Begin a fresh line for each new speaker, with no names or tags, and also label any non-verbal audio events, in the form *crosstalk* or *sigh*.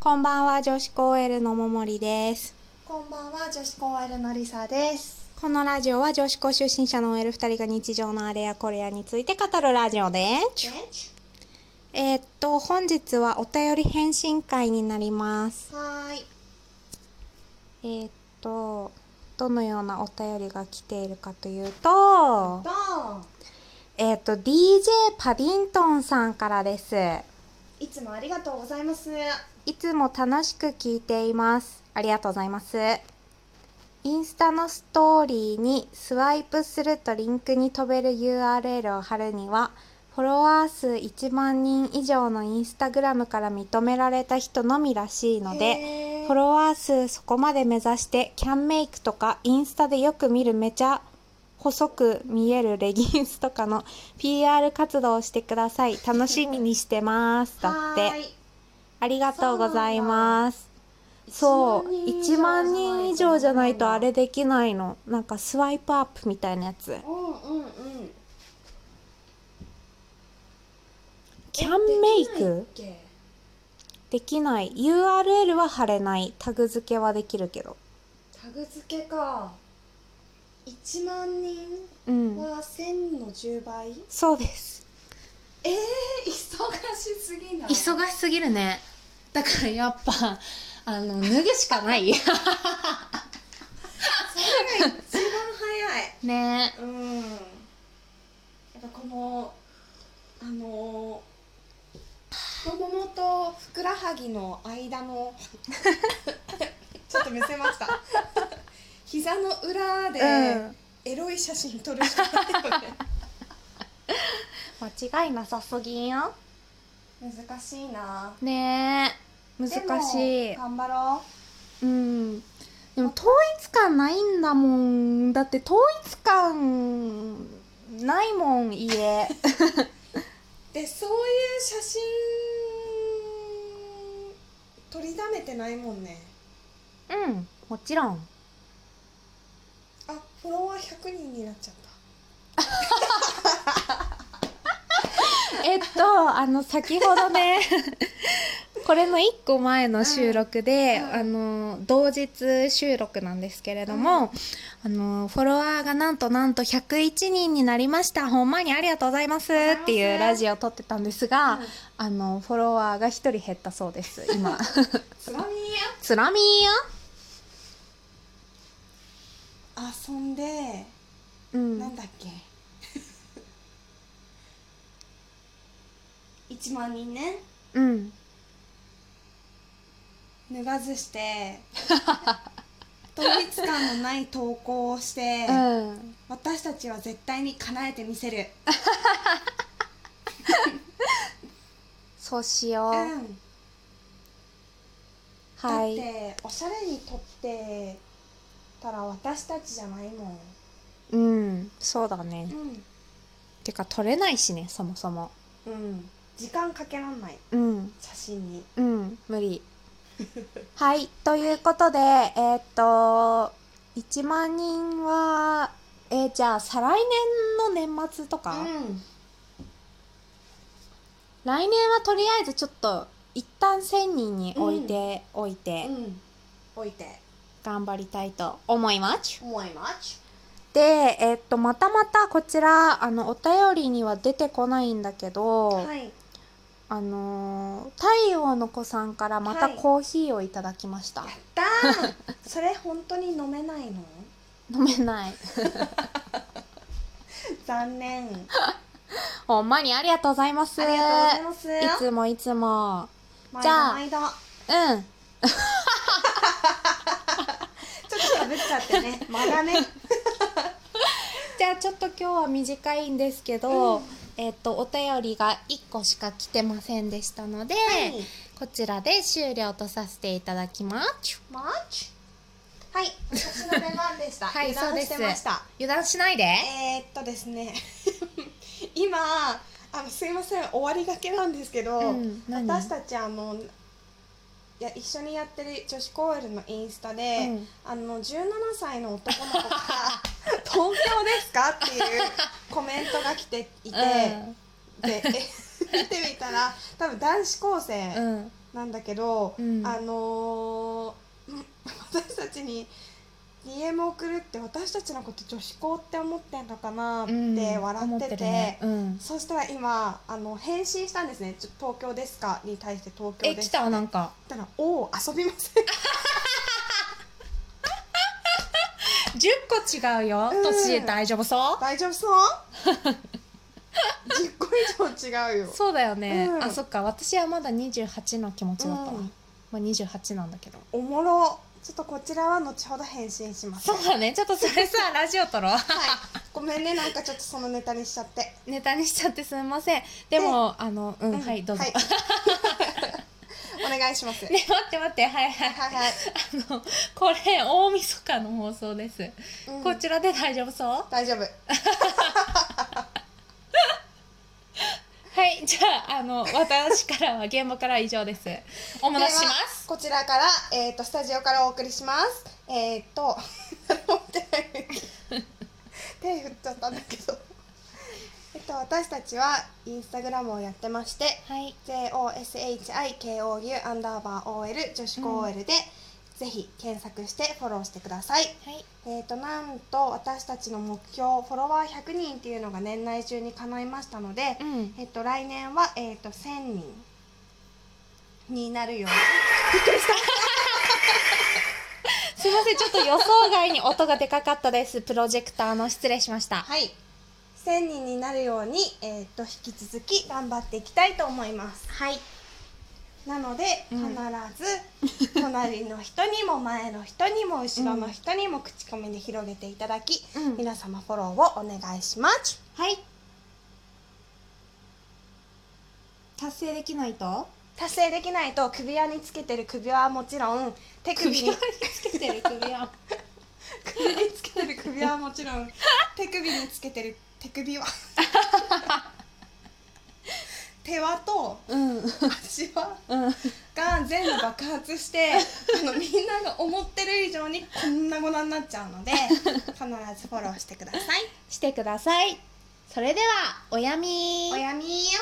こんばんは、女子高 L のももりです。
こんばんは、女子高 L のりさです。
このラジオは女子高出身者の OL2 人が日常のあれやこれやについて語るラジオです。えーっと、本日はお便り返信会になります。
はーい。
えーっと、どのようなお便りが来ているかというと
ド、ーン
えーっと、DJ パディントンさんからです。
いつもありがとうございます。
いつも楽しく聞いています。ありがとうございます。インスタのストーリーにスワイプするとリンクに飛べる URL を貼るには、フォロワー数1万人以上のインスタグラムから認められた人のみらしいので、
へー
フォロワー数そこまで目指して、キャンメイクとかインスタでよく見るめちゃ細く見えるレギンスとかの PR 活動をしてください。楽しみにしてます。だっ
は
て
ー。い
ありがとうございます。そう、1万人以上じゃないとあれ。できないの。なんかスワイプアップみたいなやつ。
うんうんうん。
キャンメイ
えできないっ
ク
け
できない。URL は貼れない。タグ付けはできるけど。
タグ付けか。1万人
うん。
は1000の10倍、え
そうです。
えー、忙しすぎない
しすぎるね。だからやっぱ、あの、脱ぐしかない。
それが一番早い。
*laughs* ね
うんやっぱこのあのー太ももとふくらはぎの間の *laughs* ちょっと見せました膝の裏で
うん
エロい写真撮るしかないよね、
間違いなさすぎんよ。
難しいな
ねえ。難しい
で。も頑張ろ
うんでも統一感ないんだもんだって統一感ないもん家
うでそういう写真撮りだめてないもんね
うんもちろん
あフォロワー100人になっちゃった
えっとあの先ほどね *laughs* これの1個前の収録で、
うん
あの同日収録なんですけれども、あのフォロワーがなんとなんと101人になりましたほんまにありがとうございますっていうラジオを撮ってたんですが、
うん
あのフォロワーが1人減ったそうです今。 *laughs*
つまみや
つらみーよ
あそんで
うん
なんだっけ *laughs* 1万人ね
うん
脱がずして統一感のない投稿をして、
うん
私たちは絶対に叶えてみせる
そうしよう、
うん
は
だっ
い
ておしゃれに撮ってたら私たちじゃないもん、
うんそうだねてか取れないしねそもそも
うんうん、時間かけらんない
うん
写真に
うん無 *laughs* 理はいということでえーっと1万人はえーじゃあ再来年の年末とか、
ん
来年はとりあえずちょっと一旦1000人に置いておいて
うん置いて
頑張りたいと思います、
思います
で、えっと、またまたこちら、あの、お便りには出てこないんだけど、
はい
あのー太陽の子さんからまた
はい
コーヒーをいただきました。
だーそれ本当に飲めないの
飲め
*laughs*
ない。
残念
ほんまにありがとうございます。
ありがとうござい
い
ます
つもいつも。
毎
じゃあ
度毎度
うん。
ちょっと喋っちゃってね間がね
じゃあちょっと今日は短いんですけど、
うん
えっと、お便りが1個しか来てませんでしたので、
はい
こちらで終了とさせていただきます。
マーチはい私の出番でした
はい
油断してました
油断しないで。
えー、っとですね *laughs* 今あのすいません終わりがけなんですけど、
うん何
私たちあのいや一緒にやってる女子高 L のインスタで、
うん
あの17歳の男の子から「東京ですか?」って
*laughs*
いうコメントが来ていて、
うん
*laughs* でえ見てみたら多分男子高生
うん。
なんだけど、
うん
あのー *laughs* うん私たちに DM を送るって私たちのこと女子校って思ってんのかなって笑ってて,、
うん、
そしたら今あの返信したんですね「ちょ東京ですか?」に対して「東京
え
です」
来たなんか
たら「おお遊びません」
10個違うよ
うん
年大丈夫そ
大丈夫そう ?10 個以上違うよ
う *laughs* そうだよね、
うん
あそっか私はまだ28の気持ちだったわ、
うん
まあ、28なんだけど
おもろちょっとこちらは後ほど返信します
そうだねちょっとそれ *laughs* さラジオ撮ろう
はいごめんねなんかちょっとそのネタにしちゃって
ネタにしちゃってすみませんでもあのうん、はいどうぞ、
いお願いします、
*laughs* ね待って待ってはいはい
はいはい、
あのこれ大晦日の放送です、
うん
こちらで大丈夫そうは
大丈夫
いじゃああの私からは現場からは以上ですお
お
戻しします
こちらから、えー、とスタジオからお送りしますえっ、ー、と *laughs* 手振っちゃったんだけどえっと私たちはインスタグラムをやってまして
はい、
JOSHIKOU アンダーバー OL 女子高 OL で、ぜひ検索してフォローしてください
はい、
えー、となんと私たちの目標フォロワー100人っていうのが年内中に叶いましたので、
うん
えっと来年は、えっと1000人になるようにびっくりした
すいませんちょっと予想外に音がでかかったですプロジェクターの失礼しました
はい1000人になるように、えっと引き続き頑張っていきたいと思います
はい
なので
う
必
ん
ず隣の人にも前の人にも後ろの人にも口コミで広げていただき、
うん
皆様フォローをお願いします
はい達成できないと
達成できないと首輪につけてる首輪はもちろん手首
首
に
輪につけてる首輪
首につけてる首輪はもちろん手首につけてる手首
*laughs*
は手輪と
*laughs* うん *laughs* うん
足輪が全部爆発してあのみんなが思ってる以上にこんなごなになっちゃうので
*laughs*
必ずフォローしてください。
してくださいそれではおやみ
おやみーよ